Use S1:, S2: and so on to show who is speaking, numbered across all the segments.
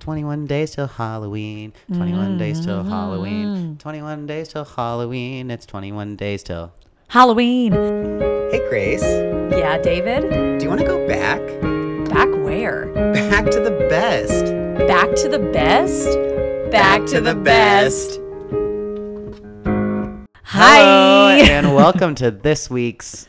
S1: 21 days till Halloween. 21 days
S2: Mm-hmm.
S1: till Halloween. 21 days till Halloween. It's 21 days till.
S2: Halloween.
S3: Hey, Grace, do
S2: Yeah, David?
S3: you want to go back?
S2: Back where?
S3: Back to the best.
S2: Back to the best? Back,
S1: Hello,
S2: Hi.
S1: and welcome to this week's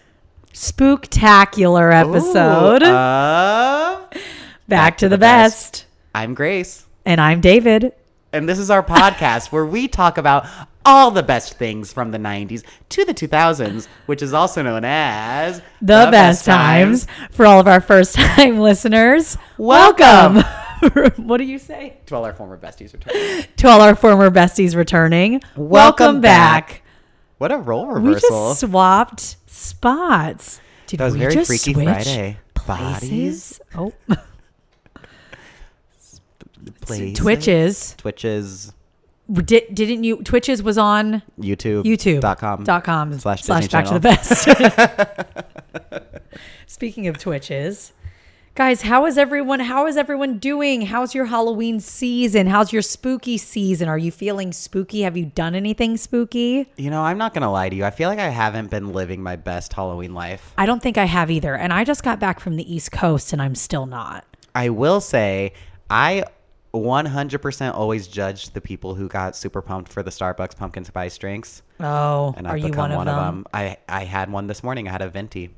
S2: Spooktacular episode.
S1: Ooh, uh, of
S2: back, to, the, best.
S1: I'm Grace.
S2: And I'm David.
S1: And this is our podcast where we talk about all the best things from the 90s to the 2000s, which is also known as
S2: The, best, times. for all of our first time listeners.
S1: Welcome.
S2: welcome. what do you say?
S1: To all our former besties. Are talking.
S2: To all our former besties returning. Welcome,
S1: back.
S2: back.
S1: What a role
S2: We
S1: reversal.
S2: just swapped spots. Did
S1: That was
S2: we
S1: very
S2: just
S1: Freaky
S2: switch
S1: Friday.
S2: Places? Oh,
S1: Places.
S2: Twitches.
S1: Twitches.
S2: Did, didn't you? Twitches was on
S1: YouTube.
S2: YouTube.
S1: Dot com.
S2: Dot com.
S1: Slash
S2: slash
S1: Disney
S2: back to the best. Speaking of Twitches, guys, how is everyone? How is everyone doing? How's your Halloween season? How's your spooky season? Are you feeling spooky? Have you done anything spooky?
S1: You know, I'm not going to lie to you. I feel like I haven't been living my best Halloween life.
S2: I don't think I have either. And I just got back from the East Coast, and I'm still not.
S1: I will say, I 100% always judged the people who got super pumped for the Starbucks pumpkin spice drinks.
S2: Oh,
S1: And
S2: are
S1: I've
S2: you
S1: become
S2: one, of, them?
S1: I, I had one this morning. I had a venti.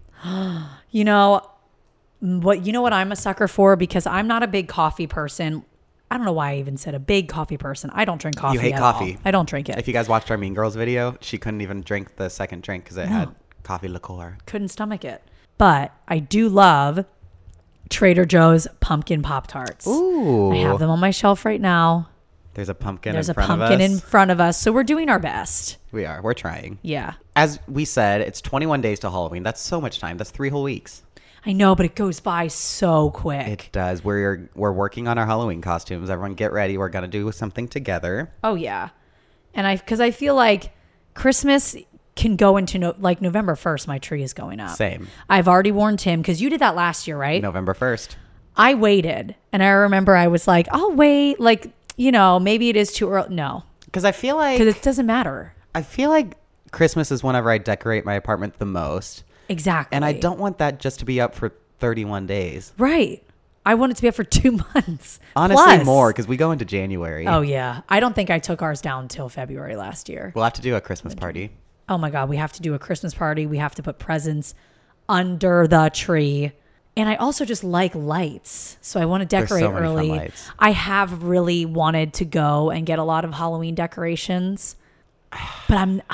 S2: You know what you know what I'm a sucker for because I'm not a big coffee person. I don't know why I even said a big coffee person. I don't drink coffee.
S1: hate
S2: at all.
S1: coffee.
S2: I don't drink it.
S1: If you guys watched our Mean Girls video, she couldn't even drink the second drink because it had coffee liqueur.
S2: Couldn't stomach it. But I do love Trader Joe's pumpkin pop tarts.
S1: Ooh.
S2: I have them on my shelf right now.
S1: There's a pumpkin
S2: There's
S1: in
S2: a
S1: front of
S2: pumpkin
S1: us.
S2: in front of us, so we're doing our best.
S1: we are. We're trying.
S2: Yeah.
S1: As we said, it's 21 days to Halloween. That's so much time. That's three whole weeks.
S2: I know, but it goes by so quick.
S1: It does. We're we're working on our Halloween costumes. Everyone, get ready. We're gonna do something together.
S2: Oh yeah, and I because I feel like Christmas can go into no, like November first. My tree is going up.
S1: Same.
S2: I've already warned Tim because you did that last year, Uh, right?
S1: November first.
S2: I waited, and I remember I was like, "I'll wait." Like you know, maybe it is too early. No,
S1: Because I feel
S2: because
S1: like
S2: it doesn't matter
S1: I feel like Christmas is whenever I decorate my apartment the most,
S2: exactly.
S1: and I don't want that just to be up for 31 days.
S2: right. I want it to be up for two months.
S1: Honestly, more
S2: Plus-
S1: 'cause more because we go into January.
S2: Oh yeah, I don't think I took ours down till February last year.
S1: We'll have to do a Christmas party.
S2: oh my god we have to do a christmas party we have to put presents under the tree and i also just like lights so i want to
S1: so
S2: decorate
S1: many fun
S2: early
S1: lights.
S2: i have really wanted to go and get a lot of halloween decorations but i'm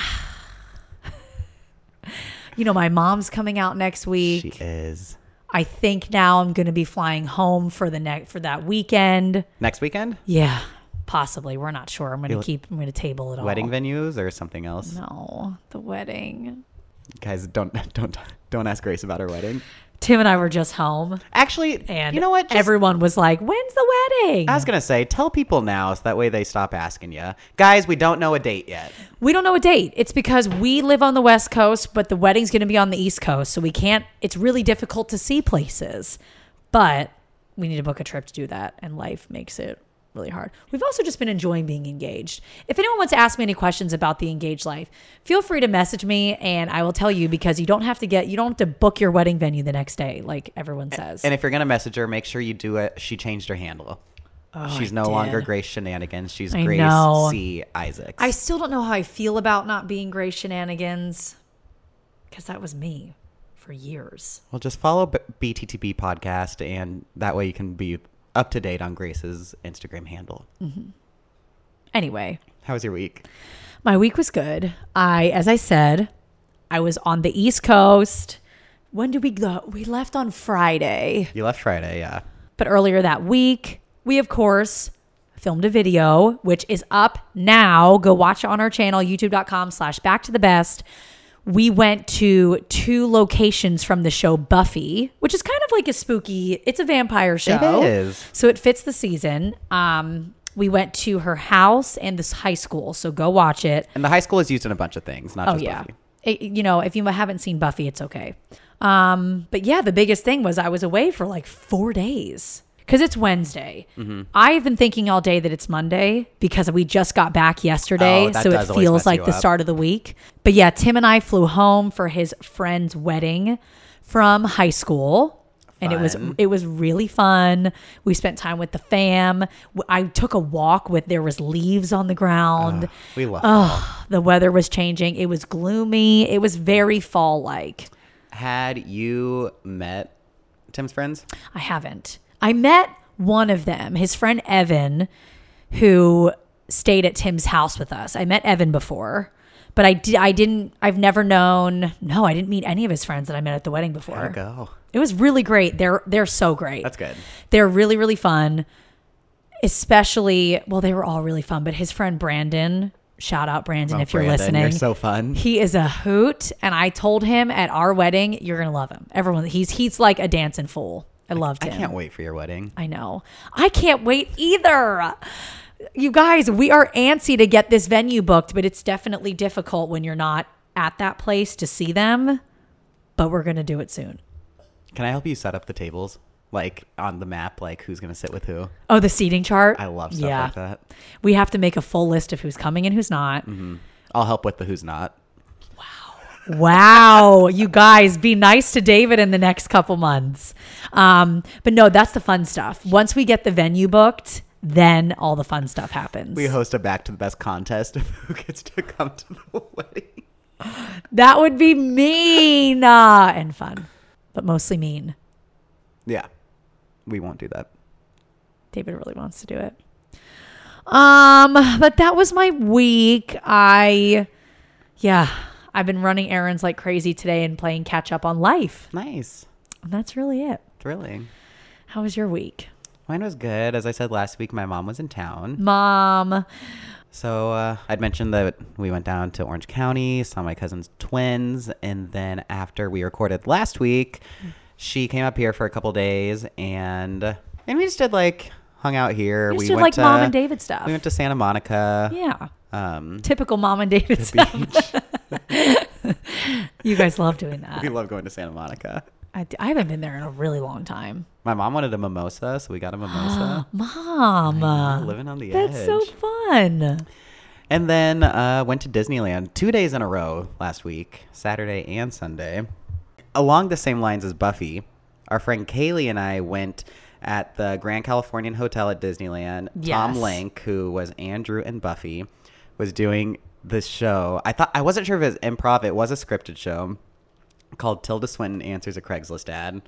S2: you know my mom's coming out next week
S1: She is
S2: i think now i'm going to be flying home for the next for that weekend
S1: next weekend.
S2: yeah possibly we're not sure i'm going to keep i'm going to table it all
S1: Wedding venues or something else.
S2: no the wedding
S1: Guys, don't don't don't ask Grace about her wedding.
S2: Tim and I were just home,
S1: Actually,
S2: and
S1: you know what? Just-
S2: everyone was like, "When's the wedding?"
S1: I was gonna say, tell people now so that way they stop asking you. Guys, we don't know a date yet.
S2: we don't know a date. It's because we live on the West Coast, but the wedding's going to be on the East Coast, so we can't. It's really difficult to see places, but we need to book a trip to do that, and life makes it really hard. We've also just been enjoying being engaged. If anyone wants to ask me any questions about the engaged life, feel free to message me, and I will tell you because you don't have to get you don't have to book your wedding venue the next day, like everyone says.
S1: And if you're gonna message her, make sure you do it. She changed her handle. She's
S2: Oh, I
S1: no
S2: did.
S1: longer Grace Shenanigans. She's
S2: I
S1: Grace
S2: know.
S1: C. Isaacs.
S2: I still don't know how I feel about not being Grace Shenanigans because that was me for years.
S1: well, just follow B- BTTB podcast, and that way you can be up to date on Grace's Instagram handle.
S2: Anyway,
S1: How was your week?
S2: my week was good. I, as I said, I was on the East Coast. When did we go? We left on Friday.
S1: You left Friday, yeah.
S2: But earlier that week, we, of course, filmed a video, which is up now. Go watch it on our channel, youtube.com slash back to the best. We went to two locations from the show Buffy, which is kind of like a spooky, it's a vampire show.
S1: is.
S2: So it fits the season. Um, we went to her house and this high school. So go watch it.
S1: And the high school is used in a bunch of things, not
S2: Oh
S1: just
S2: yeah.
S1: Buffy.
S2: It- you know, if you haven't seen Buffy, it's okay. Um, but yeah, the biggest thing was I was away for like four days because it's Wednesday.
S3: Mm-hmm.
S2: I've been thinking all day that it's Monday because we just got back yesterday,
S3: Oh, that
S2: so it
S3: does always
S2: feels
S3: mess
S2: like
S3: you
S2: the
S3: up.
S2: start of the week. But yeah, Tim and I flew home for his friend's wedding from high school. And it was
S3: Fun.
S2: it was really fun. We spent time with the fam. W- I took a walk with there was leaves on the ground.
S3: We love
S2: the weather was changing. It was gloomy. It was very fall like.
S1: Had
S3: you met
S1: Tim's friends?
S2: I haven't. I met one of them, his friend Evan, who stayed at Tim's house with us. I met Evan before, but I did. I didn't. I've never known. No, I didn't meet any of his friends that I met at the wedding before.
S3: go.
S2: It was really great. They're they're so great.
S1: That's good.
S2: They're really really fun. Especially, well, they were all really fun. But his friend Brandon, shout out Brandon if you're
S1: Oh, Brandon,
S2: listening.
S1: You're so fun.
S2: He is a hoot, and I told him at our wedding, "You're gonna love him." Everyone, he's he's like a dancing fool. I loved
S1: I
S2: him.
S1: can't wait for your wedding.
S2: I know. I can't wait either. You guys, we are antsy to get this venue booked, but it's definitely difficult when you're not at that place to see them. But we're gonna do it soon.
S1: Can I help you set up the tables? Like on the map, like who's gonna sit with who?
S2: Oh, the seating chart.
S1: I love stuff like that.
S2: We have to make a full list of who's coming and who's not.
S1: I'll help with the who's not.
S2: Wow, you guys, be nice to David in the next couple months. Um, but no, that's the fun stuff. Once we get the venue booked, then all the fun stuff happens.
S1: We host a back to the best contest of who gets to come to the wedding.
S2: that would be mean uh, and fun, but mostly mean.
S1: Yeah. We won't do that.
S2: David really wants to do it. Um, but that was my week. I, yeah, I've been running errands like crazy today and playing catch up on life.
S1: Nice.
S2: And that's really it.
S1: Thrilling.
S2: How was your week,
S1: Mine was good. As I said last week, my mom was in town.
S2: Mom?
S1: So uh, I'd mentioned that we went down to Orange County, saw my cousin's twins, and then after we recorded last week,
S2: Hmm.
S1: she came up here for a couple days and and we just did like hung out here.
S2: You just
S1: we
S2: did
S1: went
S2: like
S1: to,
S2: mom and David stuff.
S1: We went to Santa Monica.
S2: yeah.
S1: Um,
S2: Typical mom and David stuff. You guys love doing that.
S1: we love going to Santa Monica.
S2: I, I haven't been there in a really long time.
S1: My mom wanted a mimosa, so we got a mimosa.
S2: Mom.
S1: living on the
S2: That's
S1: edge.
S2: so fun.
S1: And then uh, went to Disneyland two days in a row last week, Saturday and Sunday. Along the same lines as Buffy, our friend Kaylee and I went at the Grand Californian Hotel at Disneyland. Tom
S2: Yes.
S1: Lank, who was Andrew and Buffy, was doing this show. I thought I wasn't sure if it was improv. It was a scripted show called Tilda Swinton Answers a Craigslist Ad.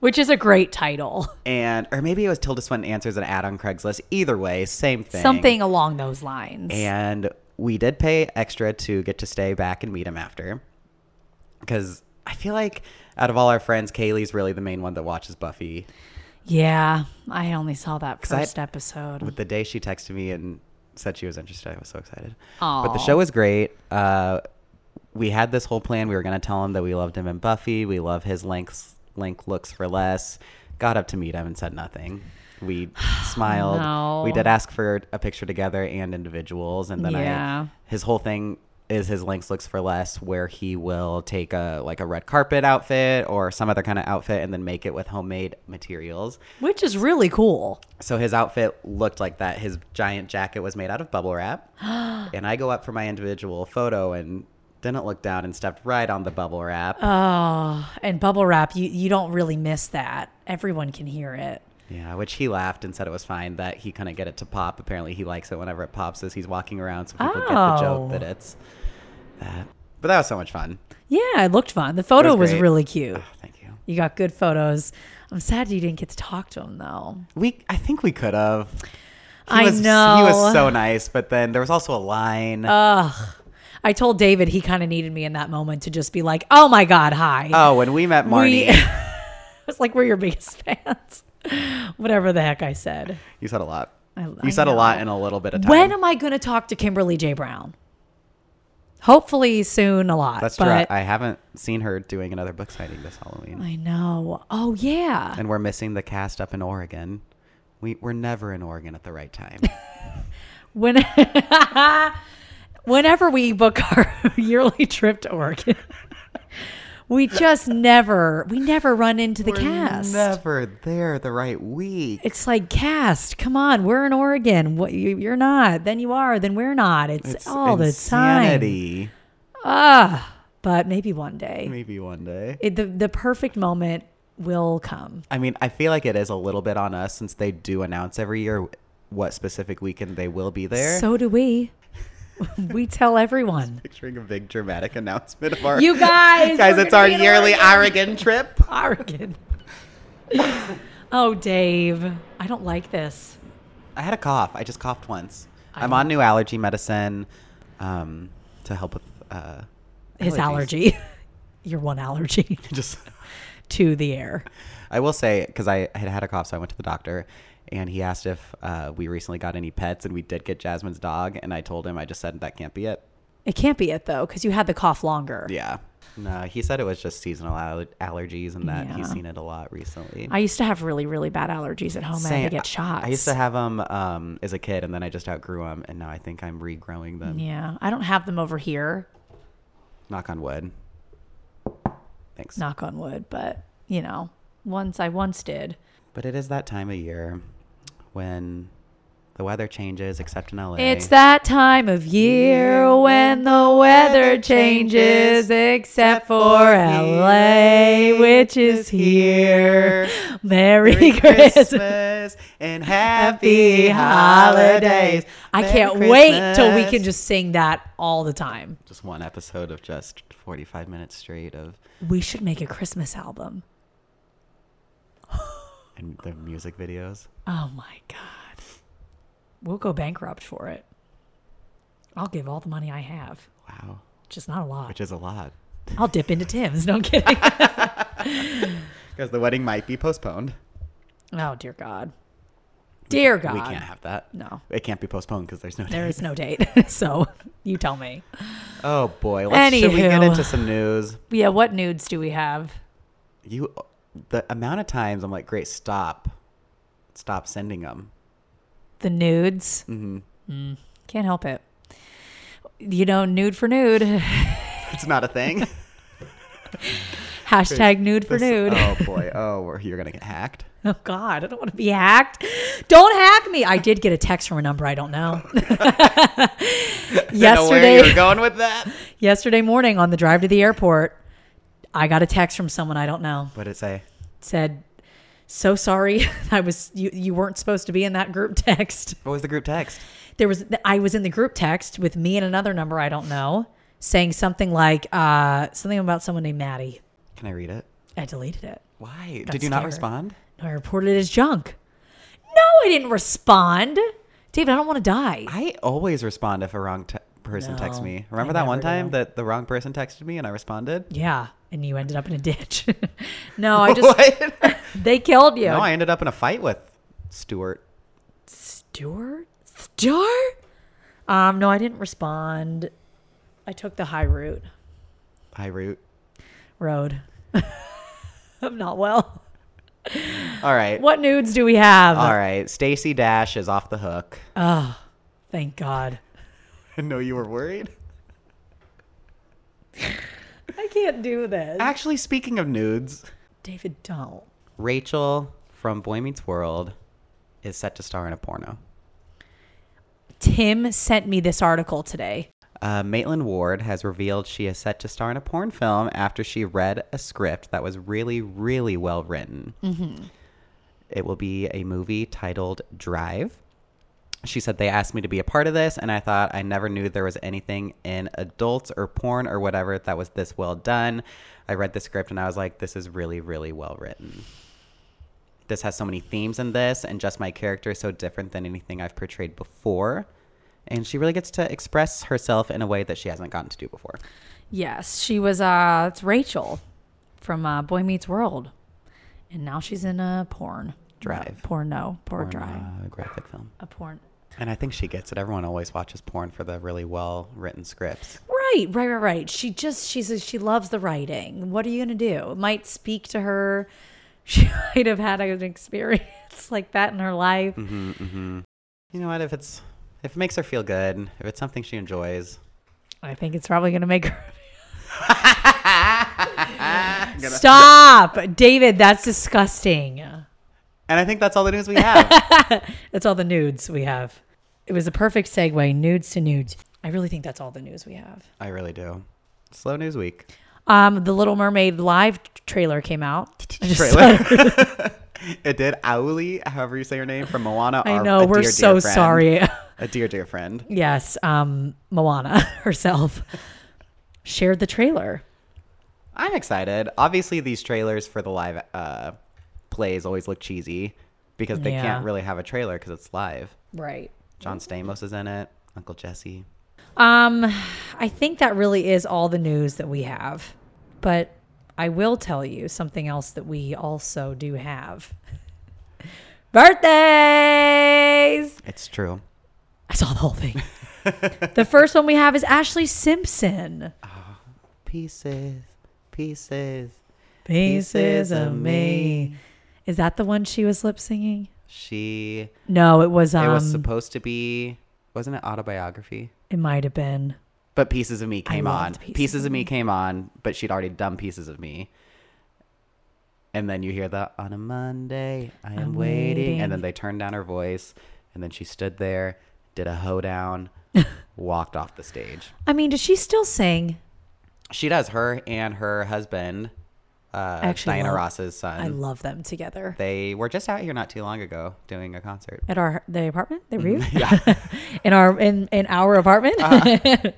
S2: Which is a great title.
S1: and or maybe it was Tilda Swinton Answers an Ad on Craigslist. Either way, same thing.
S2: Something along those lines.
S1: And we did pay extra to get to stay back and meet him after. Because I feel like out of all our friends, Kaylee's really the main one that watches Buffy.
S2: yeah. I only saw that
S1: I-
S2: first episode.
S1: But the day she texted me and said she was interested, I was so excited. But
S2: Aw.
S1: the show was great. Uh, we had this whole plan. We were going to tell him that we loved him in Buffy. We love his lengths, length looks for less. Got up to meet him and said nothing. We smiled. We
S2: No.
S1: did ask for a picture together and individuals. And then
S2: Yeah.
S1: I, his whole thing is his lengths looks for less where he will take a like a red carpet outfit or some other kind of outfit and then make it with homemade materials
S2: Which is really cool.
S1: so his outfit looked like that. His giant jacket was made out of bubble wrap. and I go up for my individual photo and didn't look down and stepped right on the bubble wrap.
S2: Uh. And bubble wrap, you, you don't really miss that. Everyone can hear it.
S1: yeah, which he laughed and said it was fine that he couldn't get it to pop. Apparently, he likes it whenever it pops as he's walking around, so people get the
S2: Oh.
S1: joke that it's that. But that was so much fun.
S2: Yeah, it looked fun. The photo
S1: was
S2: was,
S1: great.
S2: really cute.
S1: Oh, thank you.
S2: You got good photos. I'm sad you didn't get to talk to him though.
S1: We, I think we could have. He
S2: I
S1: was, He
S2: know. Uh,
S1: was so nice, but then there was also a line.
S2: I told David he kind of needed me in that moment to just be like, "Oh my God, hi."
S1: oh, when we met Marnie,
S2: we, I was like, "We're your biggest fans." Whatever the heck I said.
S1: you said a lot.
S2: I-
S1: you
S2: I
S1: said a
S2: know.
S1: lot in a little bit of time.
S2: When am I going to talk to Kimberly J. Brown? Hopefully soon, a lot.
S1: That's
S2: but
S1: true. I haven't seen her doing another book signing this Halloween.
S2: I know. Oh yeah.
S1: And we're missing the cast up in Oregon. We, we're never in Oregon at the right time.
S2: When. Whenever we book our yearly trip to Oregon, We just never, we never run into the
S1: We're
S2: cast.
S1: Never there the right week.
S2: It's like cast. Come on, we're in Oregon. What you, you're not. Then you are. Then we're not. It's, all the time.
S1: insanity.
S2: Ah, but maybe one day,
S1: Maybe one day.
S2: It, the the perfect moment will come.
S1: I mean, I feel like it is a little bit on us since they do announce every year what specific weekend they will be there.
S2: So do we. we tell everyone.
S1: Picturing a big dramatic announcement of our
S2: You guys,
S1: guys,
S2: we're
S1: it's
S2: gonna
S1: our
S2: be in
S1: yearly
S2: Oregon.
S1: Oregon trip.
S2: Oregon. oh, Dave, I don't like this.
S1: I had a cough. I just coughed once.
S2: I
S1: I'm
S2: know.
S1: on new allergy medicine um, to help with uh,
S2: His
S1: allergies.
S2: allergy. Your one allergy
S1: Just,
S2: to the air.
S1: I will say because I had had a cough, so I went to the doctor, and he asked if uh, we recently got any pets, and we did get Jasmine's dog, and I told him I just said that can't be it.
S2: It can't be it though, because you had the cough longer.
S1: Yeah. No, he said it was just seasonal al- allergies and that he's
S2: Yeah.
S1: seen it a lot recently.
S2: I used to have really, really bad allergies at home. I had
S1: Same.
S2: to get shots.
S1: I used to have them um, as a kid, and then I just outgrew them, and now I think I'm regrowing them.
S2: Yeah, I don't have them over here.
S1: Knock on wood. Thanks.
S2: Knock on wood, but you know, once I once did.
S1: But it is that time of year when the weather changes, except in LA.
S2: It's that time of year when the weather changes, except for LA, which is here. Merry Christmas.
S1: and
S2: Happy holidays. I
S1: Merry
S2: can't wait till we
S1: Christmas.
S2: can just sing that all the time.
S1: Just one episode of just 45 minutes straight of
S2: We should make a Christmas album.
S1: and the music videos.
S2: Oh my God. We'll go bankrupt for it. I'll give all the money I have,
S1: Wow.
S2: which is not a lot.
S1: Which is a lot.
S2: I'll dip into Tim's. No I'm kidding.
S1: Because the wedding might be postponed.
S2: oh, dear God. Dear Oh, God.
S1: We can't have that.
S2: No.
S1: It can't be postponed because there's no
S2: There
S1: date.
S2: is no date. so you tell me.
S1: Oh boy. Let's, should we get
S2: Anywho.
S1: into some news?
S2: Yeah, what nudes do we have?
S1: You, the amount of times I'm like, great, stop, stop sending them.
S2: The nudes. Mm-hmm. can't help it. You know, nude for nude.
S1: It's not a thing.
S2: Hashtag nude for
S1: This-
S2: nude. Oh.
S1: Oh boy. Oh, we're- you're gonna get hacked.
S2: God, I don't want to be hacked. Don't hack me. I did get a text from a number I don't know.
S1: I know where
S2: yesterday,
S1: you're going with that.
S2: yesterday morning on the drive to the airport, I got a text from someone I don't know.
S1: What did it say?
S2: It said, "So sorry, I was you. You weren't supposed to be in that group text."
S1: What was the group text?
S2: there was I was in the group text with me and another number I don't know saying something like uh, something about someone named Maddie.
S1: Can I read it?
S2: I deleted it.
S1: Why
S2: Got
S1: did you not
S2: scared.
S1: respond?
S2: No, I reported it as junk. No, I didn't respond. David, I don't want to die.
S1: I always respond if a wrong te- person texts
S2: No,
S1: me.
S2: I
S1: Remember that
S2: never
S1: one time
S2: do.
S1: that the wrong person texted me and I responded?
S2: yeah, and you ended up in a ditch. no, I just
S1: What?
S2: they killed you.
S1: no, I ended up in a fight with Stuart.
S2: Stuart? Stuart? Um, no, I didn't respond. I took the high route
S1: High root.
S2: road. I'm not well.
S1: All right.
S2: What nudes do we have?
S1: All right. Stacy Dash is off the hook.
S2: Oh, thank God.
S1: I know you were worried.
S2: I can't do this.
S1: Actually, speaking of nudes,
S2: David, don't.
S1: Rachel from Boy Meets World is set to star in a porno.
S2: Tim sent me this article today.
S1: Uh, Maitland Ward has revealed she is set to star in a porn film after she read a script that was really, really well written. It will be a movie titled Drive. She said they asked me to be a part of this, and I thought I never knew there was anything in adults or porn or whatever that was this well done. I read the script and I was like, this is really, really well written. This has so many themes in this, and just my character is so different than anything I've portrayed before. And she really gets to express herself in a way that she hasn't gotten to do before.
S2: Yes, she was. Uh, it's Rachel from uh, Boy Meets World, and now she's in a porn
S1: Drive.
S2: Porn, no,
S1: Porn,
S2: porn, drive.
S1: uh, graphic film.
S2: A porn.
S1: And I think she gets it. Everyone always watches porn for the really well written scripts.
S2: Right, right, right, right. She just she's a, she loves the writing. What are you gonna do? It might speak to her. She might have had an experience like that in her life.
S1: Mm-hmm. You know what? If it's if it makes her feel good, if it's something she enjoys,
S2: I think it's probably gonna make her. Stop, David. That's disgusting.
S1: And I think that's all the news we have.
S2: That's all the nudes we have. It was a perfect segue, nudes to nudes. I really think that's all the news we have.
S1: I really do. Slow news week.
S2: Um, the Little Mermaid live trailer came out. I just
S1: Trailer. it did. Auli, however you say her name, from Moana.
S2: I
S1: our-
S2: know
S1: a
S2: we're
S1: dear,
S2: so
S1: dear friend.
S2: sorry.
S1: A dear, dear friend.
S2: yes, um, Moana herself shared the trailer.
S1: I'm excited. Obviously, these trailers for the live uh, plays always look cheesy because they
S2: Yeah.
S1: can't really have a trailer because it's live.
S2: Right.
S1: John Stamos is in it. Uncle Jesse.
S2: Um, I think that really is all the news that we have. But I will tell you something else that we also do have. Birthdays.
S1: It's true.
S2: I saw the whole thing. the first one we have is Ashley Simpson.
S1: Pieces, pieces.
S2: Pieces of me. Is that the one she was lip singing?
S1: She.
S2: No, it was um
S1: it
S2: it,
S1: was supposed to be. Wasn't it autobiography?
S2: might have been.
S1: But Pieces of Me came on.
S2: loved Pieces
S1: Pieces, of Me came on, but she'd already done Pieces of Me. And then you hear the on a Monday, I am
S2: I'm
S1: waiting.
S2: waiting.
S1: And then they turned down her voice. And then she stood there, did a hoedown, walked off the stage.
S2: I mean, does she still sing?
S1: She does. Her and her husband, uh,
S2: actually
S1: Diana
S2: love-
S1: Ross's son,
S2: I love them together.
S1: they were just out here not too long ago doing a concert.
S2: At our the apartment? They were you?
S1: Yeah.
S2: in our in, in our apartment.
S1: Ah.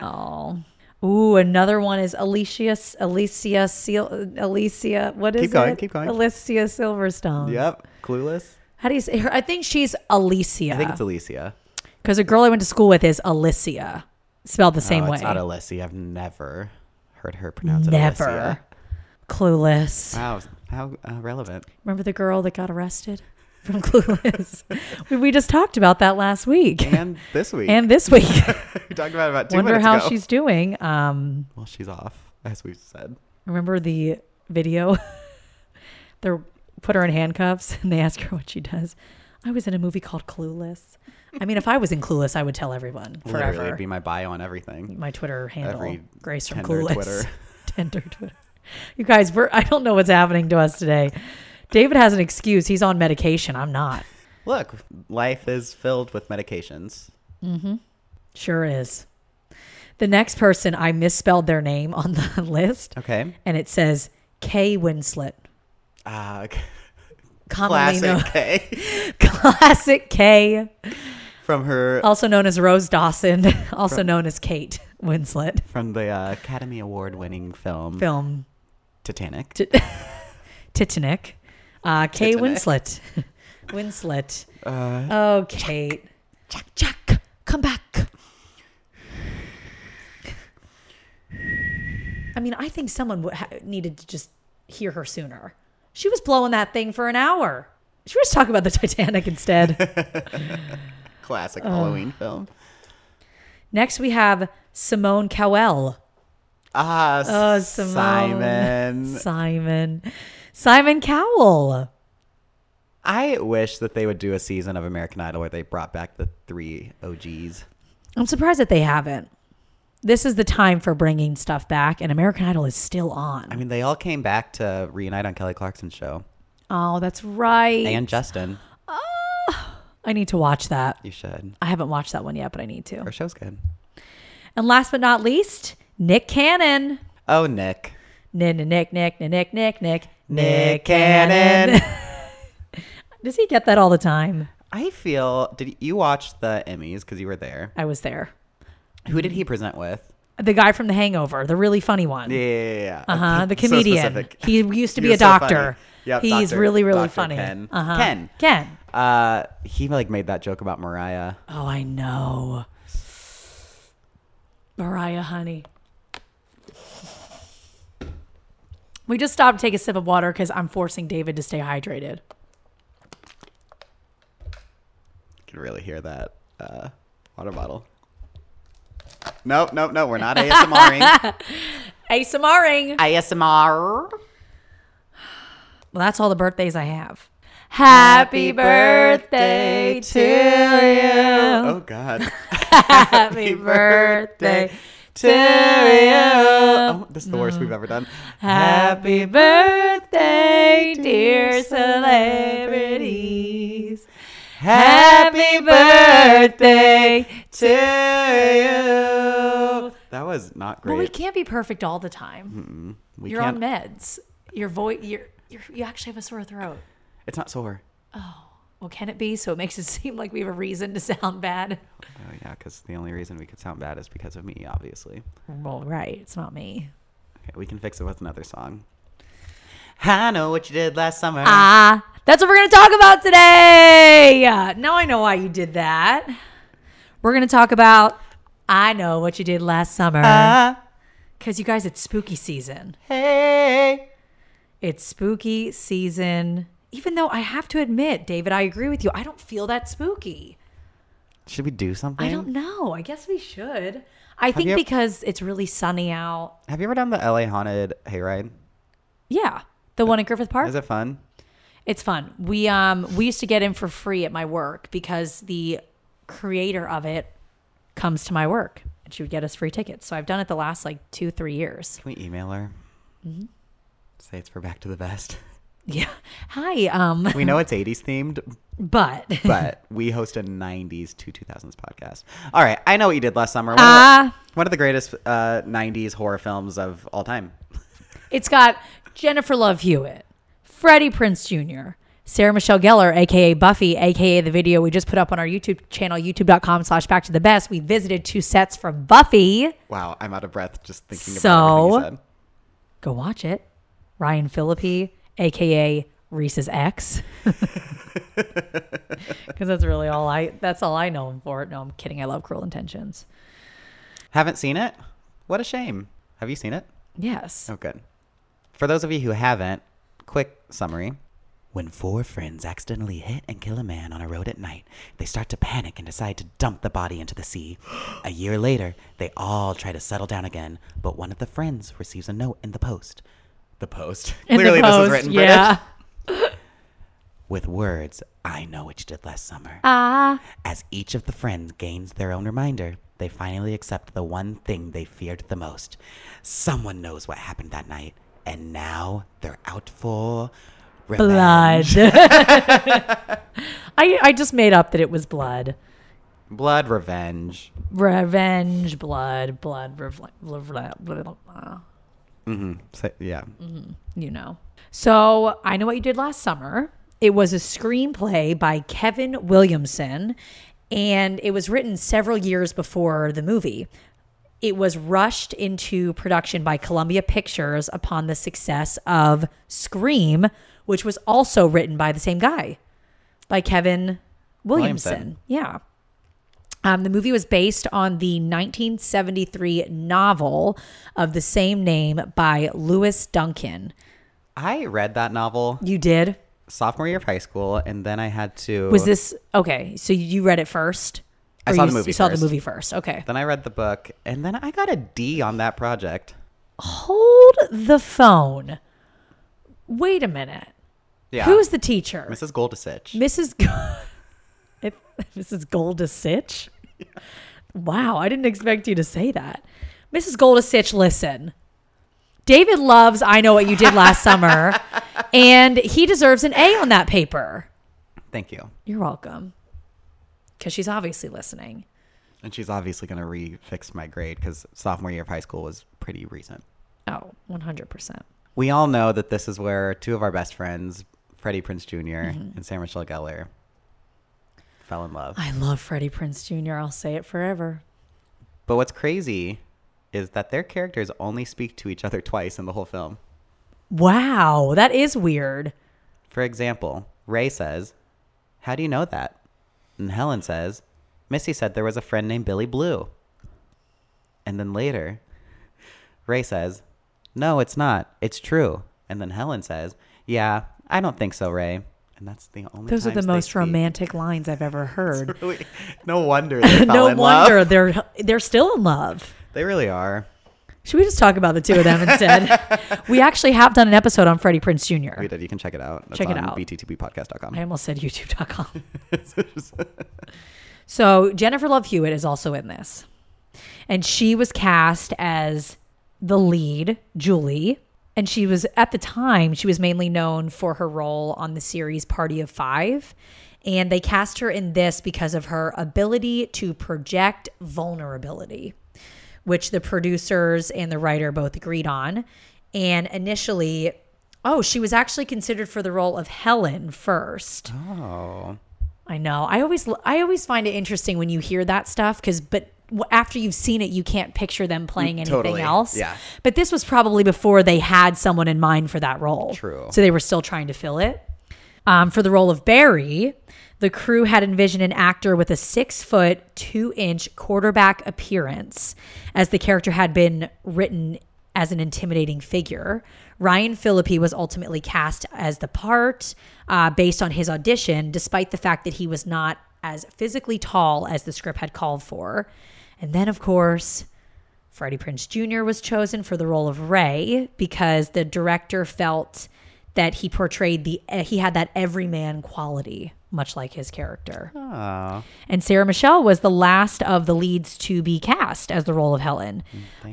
S2: oh. Ooh, another one is Alicia Alicia Seal Alicia what is
S1: Keep going,
S2: it?
S1: keep going.
S2: Alicia Silverstone.
S1: yep. Clueless.
S2: How do you say her? I think she's Alicia.
S1: I think it's Alicia.
S2: Because a girl I went to school with is Alicia, spelled the same
S1: oh,
S2: way.
S1: It's not Alicia. I've never heard her pronounce it Alicia.
S2: Never. Clueless.
S1: Wow, how uh, relevant.
S2: Remember the girl that got arrested from Clueless? we, we just talked about that last week
S1: And this week,
S2: and this week.
S1: we talked about it about two
S2: Wonder
S1: minutes
S2: how
S1: ago.
S2: she's doing. Um,
S1: Well, she's off, as we've said.
S2: remember the video? they are put her in handcuffs and they ask her what she does. I was in a movie called Clueless. I mean, if I was in Clueless, I would tell everyone forever. Mm.
S1: Literally, it'd be my bio on everything.
S2: my Twitter handle,
S1: Every
S2: Grace from
S1: Tinder
S2: Clueless.
S1: Twitter.
S2: Tender Twitter. You guys, we're I don't know what's happening to us today. David has an excuse. He's on medication. I'm not.
S1: Look, life is filled with medications.
S2: Sure is. The next person, I misspelled their name on the list,
S1: Okay.
S2: and it says Kay Winslet.
S1: Uh,
S2: Commonly known,
S1: classic K
S2: classic Kay,
S1: from her
S2: also known as Rose Dawson, also known as Kate Winslet.
S1: from the uh, Academy Award-winning film,
S2: Film
S1: Titanic.
S2: Titanic. Uh, Kay
S1: Titanic.
S2: Winslet. Winslet.
S1: Uh,
S2: oh, Kate. Jack, Jack, come back. I mean, I think someone would ha- needed to just hear her sooner. She was blowing that thing for an hour. She was talking about the Titanic instead.
S1: classic
S2: Uh.
S1: Halloween film.
S2: Next, we have Simone Cowell.
S1: Ah,
S2: Oh, Simone.
S1: Simon.
S2: Simon. Simon Cowell.
S1: I wish that they would do a season of American Idol where they brought back the three OGs.
S2: I'm surprised that they haven't. This is the time for bringing stuff back, and American Idol is still on.
S1: I mean, they all came back to reunite on Kelly Clarkson's show.
S2: oh, that's right.
S1: And Justin,
S2: I need to watch that.
S1: you should.
S2: I haven't watched that one yet, but I need to.
S1: Her show's good.
S2: And last but not least, Nick Cannon.
S1: Oh, Nick.
S2: Nick, Nick, Nick, Nick, Nick, Nick,
S1: Nick Cannon.
S2: Does he get that all the time?
S1: I feel. Did you watch the Emmys because you were there?
S2: I was there.
S1: Who did he present with?
S2: The guy from The Hangover, the really funny one.
S1: Yeah, yeah, yeah, yeah.
S2: Uh huh. The
S1: So
S2: comedian.
S1: specific.
S2: he used to be
S1: You're
S2: a
S1: so funny.
S2: doctor.
S1: Yep,
S2: He's
S1: doctor-
S2: really, really
S1: Dr.
S2: funny.
S1: Ken.
S2: Uh-huh.
S1: Ken.
S2: Ken.
S1: Uh, he like made that joke about Mariah.
S2: Oh, I know. Mariah, honey. We just stopped to take a sip of water because I'm forcing David to stay hydrated.
S1: You can really hear that uh, water bottle. Nope, nope, no. We're not ASMRing.
S2: ASMRing.
S1: ASMR.
S2: Well, that's all the birthdays I have. Happy birthday to you.
S1: Oh God.
S2: Happy birthday Mm.
S1: to you. Oh, this is the worst we've ever done.
S2: Happy birthday, dear celebrities. Happy birthday
S1: to you. That was not great.
S2: Well, we can't be perfect all the time.
S1: We
S2: You're on
S1: can't-
S2: meds. Your voice, you're, you're, you actually have a sore throat.
S1: It's not sore.
S2: Well, can it be? So it makes it seem like we have a reason to sound bad.
S1: Oh yeah, because the only reason we could sound bad is because of me, obviously.
S2: Well, right. It's not me.
S1: Okay, we can fix it with another song. I know what you did last summer.
S2: Ah, that's what we're going to talk about today. Uh, now I know why you did that. We're going to talk about I know what you did last summer.
S1: Ah,
S2: Because you guys, it's spooky season.
S1: hey.
S2: It's spooky season. Even though I have to admit, David, I agree with you. I don't feel that spooky.
S1: Should we do something?
S2: I don't know. I guess we should. I think
S1: you-
S2: because it's really sunny out.
S1: Have you ever done the LA haunted hayride?
S2: Yeah. The one at Griffith Park.
S1: Is it fun?
S2: It's fun. We um we used to get in for free at my work because the creator of it comes to my work and she would get us free tickets. So I've done it the last like two three years.
S1: Can we email her?
S2: Mm-hmm.
S1: Say it's for Back to the Best.
S2: Yeah. Hi. Um.
S1: We know it's 80s themed,
S2: But
S1: but we host a 90s to 2000s podcast. All right, I know what you did last summer. One, of,
S2: Ah.
S1: the, one of the greatest uh, 90s horror films of all time.
S2: it's got Jennifer Love Hewitt, Freddie Prince Jr., Sarah Michelle Gellar, aka Buffy, aka the video we just put up on our YouTube channel, youtube.com slash back to the best. We visited two sets from Buffy.
S1: Wow, I'm out of breath just thinking about
S2: So-
S1: everything you said.
S2: go watch it. Ryan Philippi, aka Reese's ex. Because that's really all I that's all I know him for. No, I'm kidding. I love Cruel Intentions.
S1: Haven't seen it? What a shame. Have you seen it?
S2: Yes.
S1: Oh, good. For those of you who haven't, quick summary. When four friends accidentally hit and kill a man on a road at night, they start to panic and decide to dump the body into the sea. A year later, they all try to settle down again, but one of the friends receives a note in the post. The post.
S2: In the
S1: Clearly, this
S2: post,
S1: is written
S2: yeah.
S1: British. With words, I know what you did last summer.
S2: Ah,
S1: As each of the friends gains their own reminder, they finally accept the one thing they feared the most. Someone knows what happened that night, and now they're out for revenge.
S2: blood. I I just made up that it was blood.
S1: Blood revenge.
S2: Revenge, blood, blood, revle- blah, blah, blah, blah, blah.
S1: So, yeah.
S2: Mm-hmm. you know. So I know what you did last summer. It was a screenplay by Kevin Williamson, and it was written several years before the movie. It was rushed into production by Columbia Pictures upon the success of Scream, which was also written by the same guy, by Kevin
S1: Williamson.
S2: Williamson. Yeah. Um, the movie was based on the 1973 novel of the same name by Lewis Duncan.
S1: I read that novel
S2: You did?
S1: sophomore year of high school, and then I had to.
S2: Was this okay? So you read it first?
S1: I
S2: Or
S1: saw
S2: you,
S1: the movie
S2: You saw
S1: first.
S2: the movie first. Okay.
S1: Then I read the book, and then I got a D on that project.
S2: Hold the phone. Wait a minute.
S1: Yeah.
S2: Who's the teacher?
S1: Mrs. Goldasich?
S2: Mrs. G- Mrs. Goldasich? Wow, I didn't expect you to say that. Mrs. Goldasich, listen. David loves I Know What You Did Last Summer, and he deserves an A on that paper.
S1: Thank you.
S2: You're welcome. Because she's obviously listening.
S1: And she's obviously going to refix my grade because sophomore year of high school was pretty recent.
S2: Oh, 100%.
S1: we all know that this is where two of our best friends, Freddie Prince junior
S2: Mm-hmm.
S1: and Sarah Michelle Gellar, fell in love.
S2: I love Freddie Prince Jr. I'll say it forever.
S1: But what's crazy is that their characters only speak to each other twice in the whole film.
S2: Wow, that is weird.
S1: For example, Ray says, How do you know that? And Helen says, Missy said there was a friend named Billy Blue. And then later, Ray says, No, it's not. It's true. And then Helen says, Yeah, I don't think so, Ray. And that's the only
S2: Those are the
S1: times they
S2: most
S1: speak.
S2: romantic lines I've ever heard.
S1: Really- no wonder they fell
S2: no
S1: in
S2: wonder
S1: love.
S2: they're they're still in love.
S1: They really are.
S2: Should we just talk about the two of them instead? we actually have done an episode on Freddie Prince Jr.
S1: We did. You can check it out. That's
S2: Check it
S1: on
S2: out. I
S1: bttbpodcast.com.
S2: almost said YouTube.com. so Jennifer Love Hewitt is also in this. and she was cast as the lead, Julie. And she was at the time, she was mainly known for her role on the series Party of Five. And they cast her in this because of her ability to project vulnerability, which the producers and the writer both agreed on. And initially, oh, she was actually considered for the role of Helen first.
S1: Oh.
S2: I know. I always I always find it interesting when you hear that stuff because but w- after you've seen it you can't picture them playing anything
S3: Mm, totally.
S2: else.
S3: Yeah.
S2: But this was probably before they had someone in mind for that role.
S1: True.
S2: So they were still trying to fill it. Um, for the role of Barry, the crew had envisioned an actor with a six foot, two inch quarterback appearance, as the character had been written as an intimidating figure. Ryan Philippi was ultimately cast as the part uh, based on his audition, despite the fact that he was not as physically tall as the script had called for. And then, of course, Freddie Prince Jr. was chosen for the role of Ray because the director felt that he portrayed the eh, he had that everyman quality, much like his character.
S1: Oh.
S2: And Sarah Michelle was the last of the leads to be cast as the role of Helen,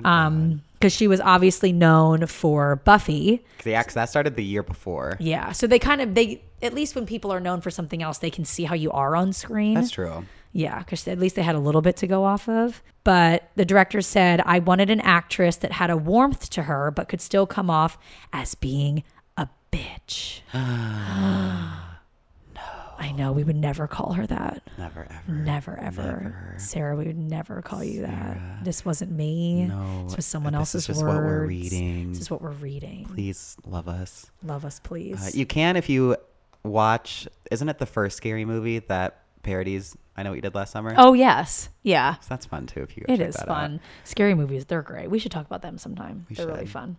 S2: um, because she was obviously known for Buffy.
S1: 'Cause Yeah, 'cause that started the year before.
S2: Yeah, so they kind of they at least when people are known for something else, they can see how you are on screen.
S1: That's true.
S2: Yeah, because at least they had a little bit to go off of. But the director said, I wanted an actress that had a warmth to her, but could still come off as being a bitch. no. I know. We would never call her that.
S1: Never ever.
S2: Never, ever. Sarah, we would never call you that. This wasn't me.
S1: No,
S2: This was someone
S1: this
S2: else's
S1: is just
S2: words.
S1: what we're reading.
S2: This is what we're reading.
S1: Please love us.
S2: Love us, please.
S1: Uh, you can if you watch. Isn't it the first scary movie that parodies? I know what you did last summer.
S2: oh, yes. Yeah.
S1: So that's fun too. If you go
S2: It
S1: check
S2: is
S1: that
S2: fun. Scary movies, they're great. We should talk about them sometime. they're really
S1: should.
S2: fun.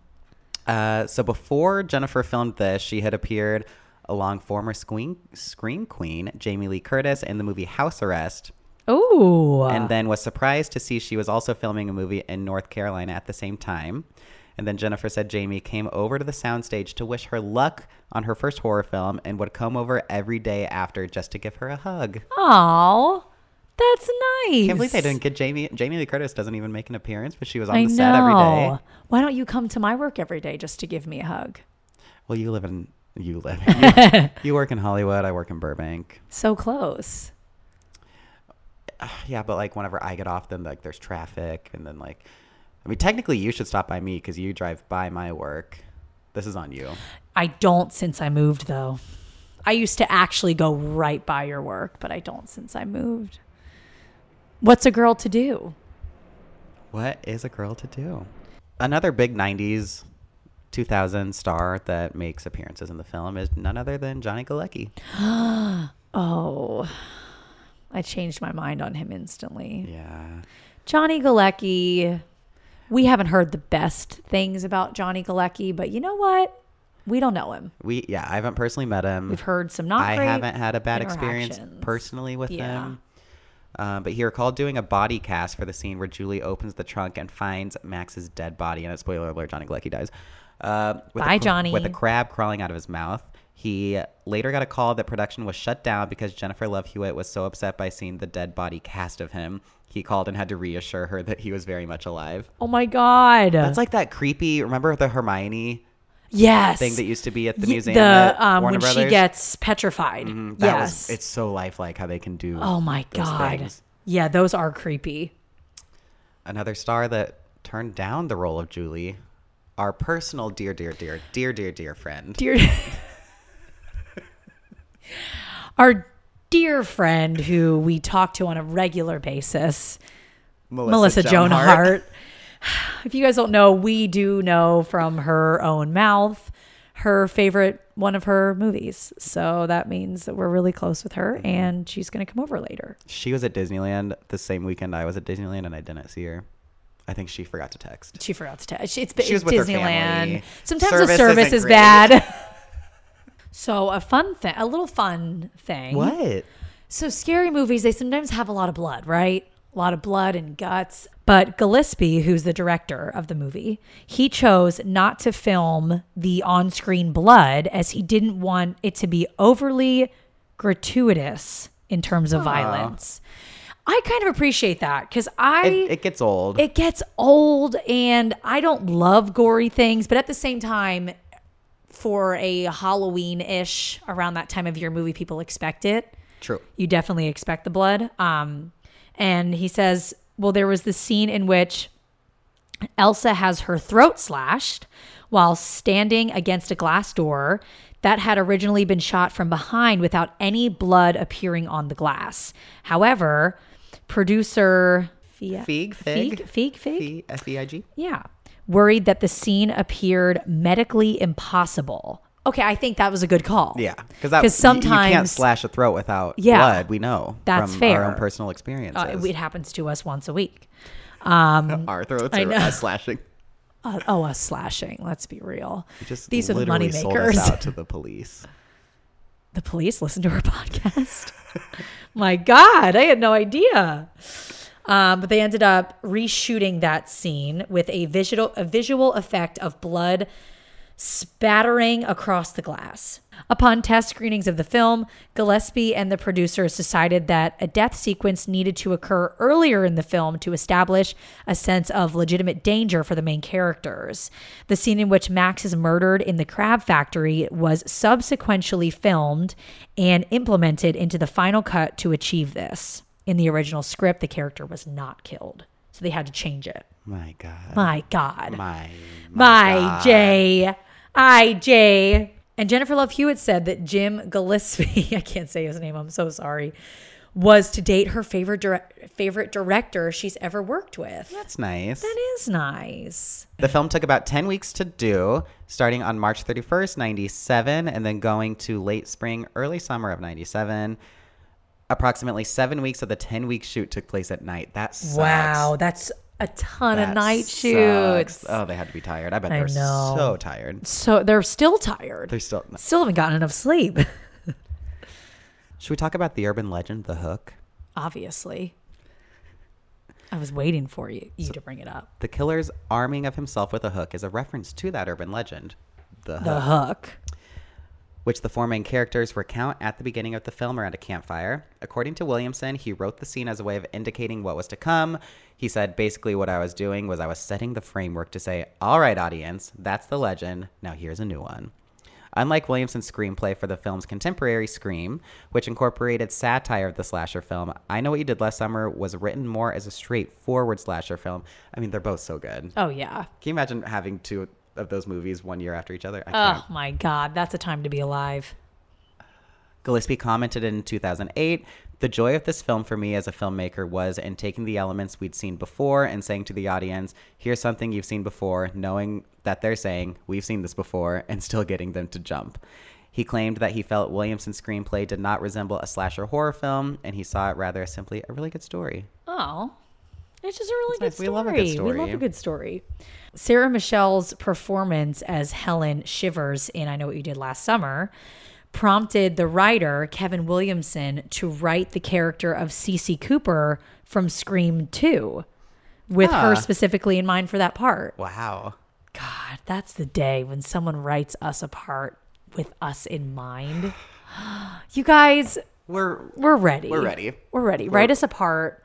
S1: out. Uh, so before Jennifer filmed this, she had appeared along former screen scream queen Jamie Lee Curtis in the movie House Arrest,
S2: Oh.
S1: and then was surprised to see she was also filming a movie in North Carolina at the same time. And then Jennifer said Jamie came over to the soundstage to wish her luck on her first horror film and would come over every day after just to give her a hug.
S2: Aw, that's nice.
S1: Can't believe they didn't get Jamie. Jamie Lee Curtis doesn't even make an appearance, but she was on
S2: I
S1: the
S2: know.
S1: set every day.
S2: Why don't you come to my work every day just to give me a hug?
S1: Well, you live in you live. You, you work in Hollywood. I work in Burbank.
S2: So close.
S1: Yeah, but like whenever I get off, then like there's traffic, and then like, I mean, technically you should stop by me because you drive by my work. This is on you.
S2: I don't since I moved though. I used to actually go right by your work, but I don't since I moved. What's a girl to do?
S1: What is a girl to do? Another big '90s, 2000 star that makes appearances in the film is none other than Johnny Galecki.
S2: Oh, I changed my mind on him instantly.
S1: Yeah.
S2: Johnny Galecki. We haven't heard the best things about Johnny Galecki, but you know what? We don't know him.
S1: We yeah, I haven't personally met him.
S2: We've heard some not
S1: I
S2: great.
S1: haven't had a bad experience
S2: interactions.
S1: personally with
S2: Yeah.
S1: him. Um, but he recalled doing a body cast for the scene where Julie opens the trunk and finds Max's dead body. And a spoiler alert: Johnny Galecki dies. Uh, with a
S2: Bye,
S1: cr-
S2: Johnny.
S1: With a crab crawling out of his mouth. He later got a call that production was shut down because Jennifer Love Hewitt was so upset by seeing the dead body cast of him. He called and had to reassure her that he was very much alive.
S2: Oh my god.
S1: That's like that creepy. Remember the Hermione
S2: yes.
S1: thing that used to be at the
S2: Ye-
S1: museum?
S2: the,
S1: at
S2: um,
S1: Warner
S2: when she
S1: Brothers? Mm-hmm.
S2: gets petrified.
S1: That
S2: yes.
S1: was, it's so lifelike how they can do.
S2: oh my
S1: those
S2: god.
S1: things.
S2: Yeah, those are creepy.
S1: Another star that turned down the role of Julie, our personal dear, dear, dear, dear, dear, dear friend.
S2: Dear Our dear friend who we talk to on a regular basis, Melissa, Joan, Hart. If you guys don't know, we do know from her own mouth her favorite one of her movies. So that means that we're really close with her
S1: Mm-hmm.
S2: and she's going to come over later.
S1: She was at Disneyland the same weekend I was at Disneyland, and I didn't see her. I think she forgot to text.
S2: She forgot to text. It's been
S1: She was with her
S2: Disneyland.
S1: family.
S2: Sometimes the
S1: Service
S2: service
S1: isn't
S2: is
S1: great.
S2: bad. so a fun thing, a little fun thing.
S1: What?
S2: So scary movies, they sometimes have a lot of blood, right? A lot of blood and guts. But Gillespie, who's the director of the movie, he chose not to film the on-screen blood as he didn't want it to be overly gratuitous in terms of violence. I kind of appreciate that because I
S1: It, it gets old.
S2: it gets old and I don't love gory things, but at the same time, for a Halloween ish around that time of year movie, people expect it.
S1: True.
S2: You definitely expect the blood. Um, and he says, well, there was this scene in which Elsa has her throat slashed while standing against a glass door that had originally been shot from behind without any blood appearing on the glass. However, producer Fia-
S1: Feig, fig?
S2: Feig, Feig, Feig?
S1: F-E- F-E-I-G?
S2: Yeah. Worried that the scene appeared medically impossible. Okay, I think that was a good call.
S1: Yeah, because that
S2: 'Cause
S1: you can't
S2: sometimes-
S1: slash a throat without
S2: Yeah.
S1: blood. We know
S2: That's
S1: from
S2: fair.
S1: our own personal experiences.
S2: Uh, it happens to us once a week.
S1: our throats
S2: I
S1: are
S2: know.
S1: uh, slashing.
S2: Uh, oh, us slashing. Let's be real.
S1: You Just
S2: These are the
S1: literally sold us
S2: moneymakers.
S1: out to the police.
S2: The police listen to our podcast. My God, I had no idea. Um, but they ended up reshooting that scene with a visual a visual effect of blood spattering across the glass. Upon test screenings of the film, Gillespie and the producers decided that a death sequence needed to occur earlier in the film to establish a sense of legitimate danger for the main characters. The scene in which Max is murdered in the crab factory was subsequently filmed and implemented into the final cut to achieve this. In the original script, the character was not killed, so they had to change it.
S1: My God.
S2: My God.
S1: My.
S2: My J. I J. And Jennifer Love Hewitt said that Jim Gillespie, I can't say his name, I'm so sorry, was to date her favorite direct, favorite director she's ever worked with. That
S1: That's nice.
S2: is nice.
S1: The film took about 10 weeks to do, starting on March 31st, 97, and then going to late spring, early summer of 97. Approximately seven weeks of the 10 week shoot took place at night. That sucks.
S2: Wow, that's a ton
S1: That
S2: of night
S1: sucks.
S2: shoots.
S1: Oh, they had to be tired. I bet
S2: I
S1: they're
S2: know.
S1: so tired.
S2: So they're still tired.
S1: They're still.
S2: still haven't gotten enough sleep,
S1: Should we talk about the urban legend, The Hook?
S2: obviously. I was waiting for you, you to bring it up.
S1: The killer's arming of himself with a hook is a reference to that urban legend, The Hook.
S2: The hook.
S1: which the four main characters recount at the beginning of the film around a campfire. According to Williamson, he wrote the scene as a way of indicating what was to come. He said, basically, what I was doing was I was setting the framework to say, all right, audience, that's the legend. Now here's a new one. Unlike Williamson's screenplay for the film's contemporary Scream, which incorporated satire of the slasher film, I Know What You Did Last Summer was written more as a straightforward slasher film. I mean, they're both so good.
S2: Oh, yeah.
S1: Can you imagine having two of those movies one year after each other? I can't.
S2: Oh my God, that's a time to be alive.
S1: Gillespie commented in 2008 The joy of this film for me as a filmmaker was in taking the elements we'd seen before and saying to the audience, here's something you've seen before, knowing that they're saying, we've seen this before, and still getting them to jump. He claimed that he felt Williamson's screenplay did not resemble a slasher horror film, and he saw it rather as simply a really good story.
S2: Oh, it's just a really
S1: That's
S2: good,
S1: nice. We
S2: story.
S1: love a good
S2: We love
S1: story.
S2: a good story. Sarah Michelle's performance as Helen Shivers in I Know What You Did Last Summer prompted the writer, Kevin Williamson, to write the character of Cece Cooper from Scream 2 with
S1: Ah.
S2: her specifically in mind for that part.
S1: Wow.
S2: God, that's the day when someone writes us a part with us in mind. You guys,
S1: We're
S2: we're ready.
S1: We're ready.
S2: We're ready. Write us apart.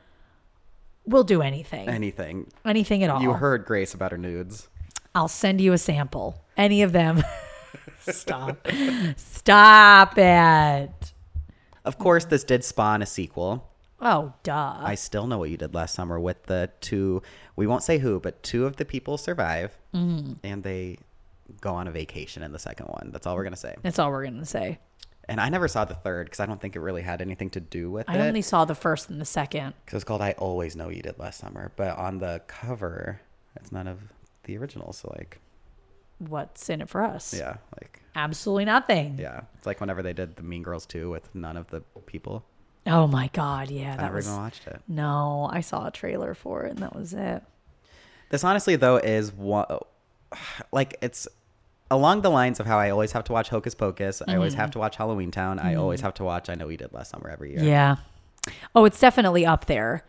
S2: We'll do anything.
S1: anything.
S2: anything at all.
S1: You heard Grace about her nudes.
S2: I'll send you a sample. Any of them. Stop. Stop it.
S1: Of course, this did spawn a sequel.
S2: Oh, duh.
S1: I still know what you did last summer with the two. We won't say who, but two of the people survive,
S2: Mm-hmm.
S1: and they go on a vacation in the second one. That's all we're gonna say.
S2: That's all we're going to say.
S1: And I never saw the third because I don't think it really had anything to do with
S2: I
S1: it.
S2: only saw the first and the second.
S1: 'Cause it's called "I Always Know You Did Last Summer," but on the cover, it's none of the original. So like,
S2: What's in it for us?
S1: yeah, like
S2: Absolutely nothing.
S1: yeah, it's like whenever they did the Mean Girls two with none of the people.
S2: Oh, my God. Yeah.
S1: I
S2: That
S1: never
S2: was.
S1: even watched it.
S2: No, I saw a trailer for it and that was it.
S1: This honestly though is one like it's along the lines of how I always have to watch Hocus Pocus. I always
S2: Mm-hmm.
S1: have to watch Halloween Town. I always have to watch I Know We Did Last Summer every year.
S2: Yeah. Oh, it's definitely up there.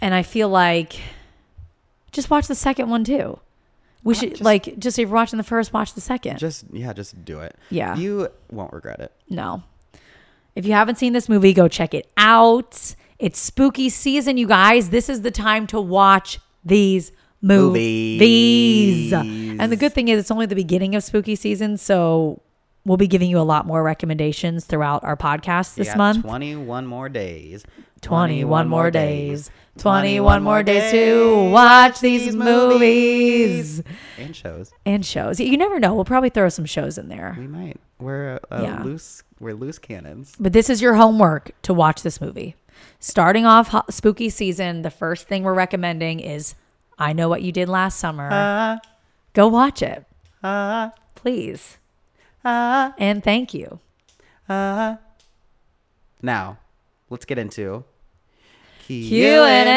S2: And I feel like just watch the second one too. We should like just if you're watching the first, watch the second.
S1: Just yeah, just do it.
S2: Yeah.
S1: You won't regret it.
S2: no. If you haven't seen this movie, go check it out. It's spooky season, you guys. This is the time to watch these movies.
S1: Movies.
S2: And the good thing is, it's only the beginning of spooky season, so we'll be giving you a lot more recommendations throughout our podcast this
S1: Yeah,
S2: month.
S1: 21 more days.
S2: 21 more days. 21 more days to watch these movies
S1: And shows.
S2: and shows. You never know. We'll probably throw some shows in there.
S1: We might. We're uh,
S2: Yeah.
S1: loose. We're loose cannons.
S2: But this is your homework to watch this movie. Starting off ho- spooky season, the first thing we're recommending is I Know What You Did Last Summer.
S1: Uh.
S2: Go watch it. Please. and thank you.
S1: Now, let's get into Q-
S2: Q&A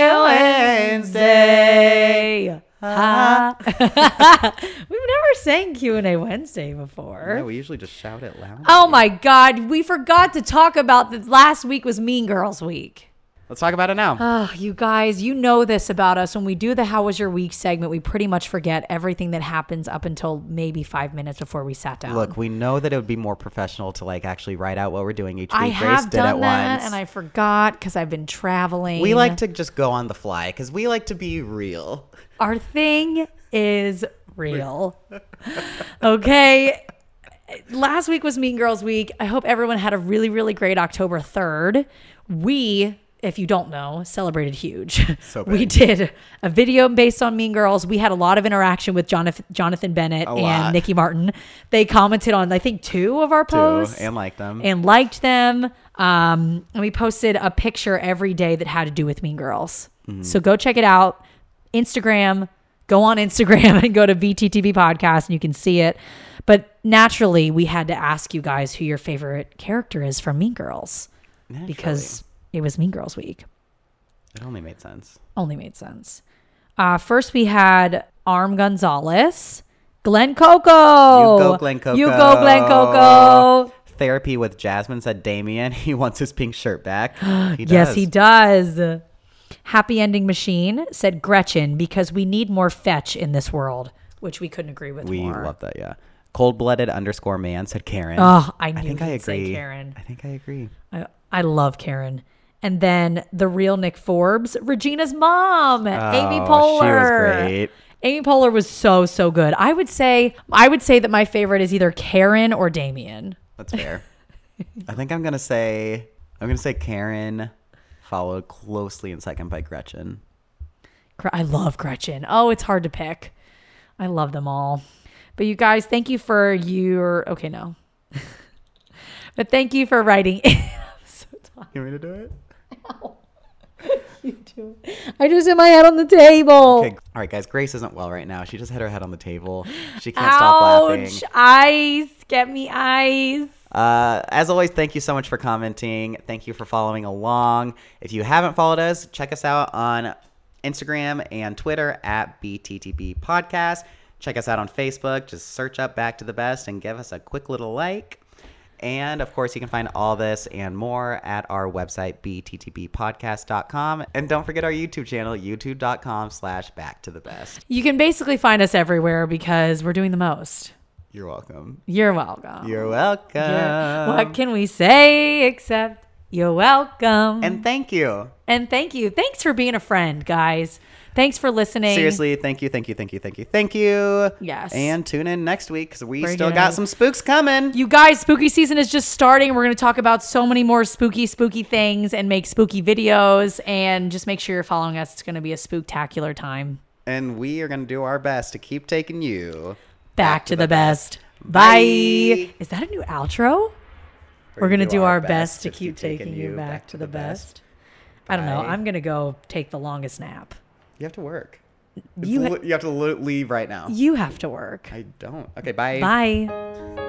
S2: Wednesday. Ha. We've never sang Q&A Wednesday before.
S1: No, we usually just shout it loud.
S2: Oh my God, we forgot to talk about that last week was Mean Girls Week.
S1: Let's talk about it now.
S2: Oh, you guys, you know this about us. When we do the How Was Your Week segment, we pretty much forget everything that happens up until maybe five minutes before we sat down.
S1: Look, we know that it would be more professional to like actually write out what we're doing each week.
S2: I
S1: Grace
S2: have
S1: did
S2: done
S1: it
S2: that
S1: once.
S2: and I forgot because I've been traveling.
S1: we like to just go on the fly because we like to be real.
S2: our thing is real. okay. Last week was Mean Girls Week. I hope everyone had a really, really great October 3rd. We, if you don't know, celebrated huge.
S1: So
S2: we
S1: big.
S2: did a video based on Mean Girls. We had a lot of interaction with Jonathan, Jonathan Bennett and
S1: lot.
S2: Nikki Martin. They commented on, I think, two of our posts
S1: Oh, and like them.
S2: and liked them. Um, and we posted a picture every day that had to do with Mean Girls.
S1: Mm-hmm.
S2: So go check it out. Instagram, go on Instagram and go to BTTV Podcast and you can see it. But naturally, we had to ask you guys who your favorite character is from Mean Girls because it was Mean Girls Week.
S1: it only made sense.
S2: Only made sense. Uh, first, we had Arm Gonzalez, Glenn Coco.
S1: You go, Glenn Coco.
S2: You go, Glenn Coco.
S1: Therapy with Jasmine said Damien, he wants his pink shirt back. He does.
S2: Yes, he does. Happy Ending Machine said Gretchen because we need more fetch in this world, which we couldn't agree with
S1: We
S2: more.
S1: love that, yeah. Cold blooded underscore man said Karen.
S2: Oh, I knew
S1: I
S2: I
S1: think I agree.
S2: say Karen.
S1: I think I agree.
S2: I, I love Karen. And then the real Nick Forbes, Regina's mom, Amy
S1: Oh, she was
S2: Poehler.
S1: great.
S2: Amy Poehler was so so good. I would say I would say that my favorite is either Karen or Damien.
S1: That's fair. I think I'm gonna say I'm gonna say Karen, followed closely in second by Gretchen.
S2: Gre- I love Gretchen. Oh, it's hard to pick. I love them all. But you guys, thank you for your okay, no. but thank you for writing.
S1: You want me to do it?
S2: I just hit my head on the table.
S1: Okay. All right, guys. Grace isn't well right now. She just hit her head on the table. She can't stop laughing.
S2: Ouch! Ice, get me ice.
S1: Uh, as always, thank you so much for commenting. Thank you for following along. If you haven't followed us, check us out on Instagram and Twitter at BTTB Podcast. Check us out on Facebook. Just search up Back to the Best and give us a quick little like. And of course, you can find all this and more at our website, bttbpodcast.com. And don't forget our YouTube channel, youtube.com slash back to the best.
S2: You can basically find us everywhere because we're doing the most.
S1: You're welcome.
S2: You're welcome.
S1: You're welcome.
S2: what can we say except you're welcome?
S1: and thank you.
S2: and thank you. Thanks for being a friend, guys. Thanks for listening.
S1: Seriously, thank you, thank you, thank you, thank you, thank you.
S2: Yes.
S1: And tune in next week because we
S2: We're
S1: still
S2: gonna-
S1: got some spooks coming.
S2: You guys, spooky season is just starting. We're going to talk about so many more spooky, spooky things and make spooky videos. And just make sure you're following us. It's going to be a spooktacular time.
S1: and we are going to do our best to keep taking you.
S2: Back, to, the, best. Bye.
S1: Bye.
S2: Is that a new outro? We're, going to do our best to keep taking you back to the best. I don't know.
S1: Bye.
S2: I'm going to go take the longest nap.
S1: You have to work. It's
S2: You, ha-
S1: li- you have to li- leave right now.
S2: you have to work.
S1: I don't. Okay, bye.
S2: Bye.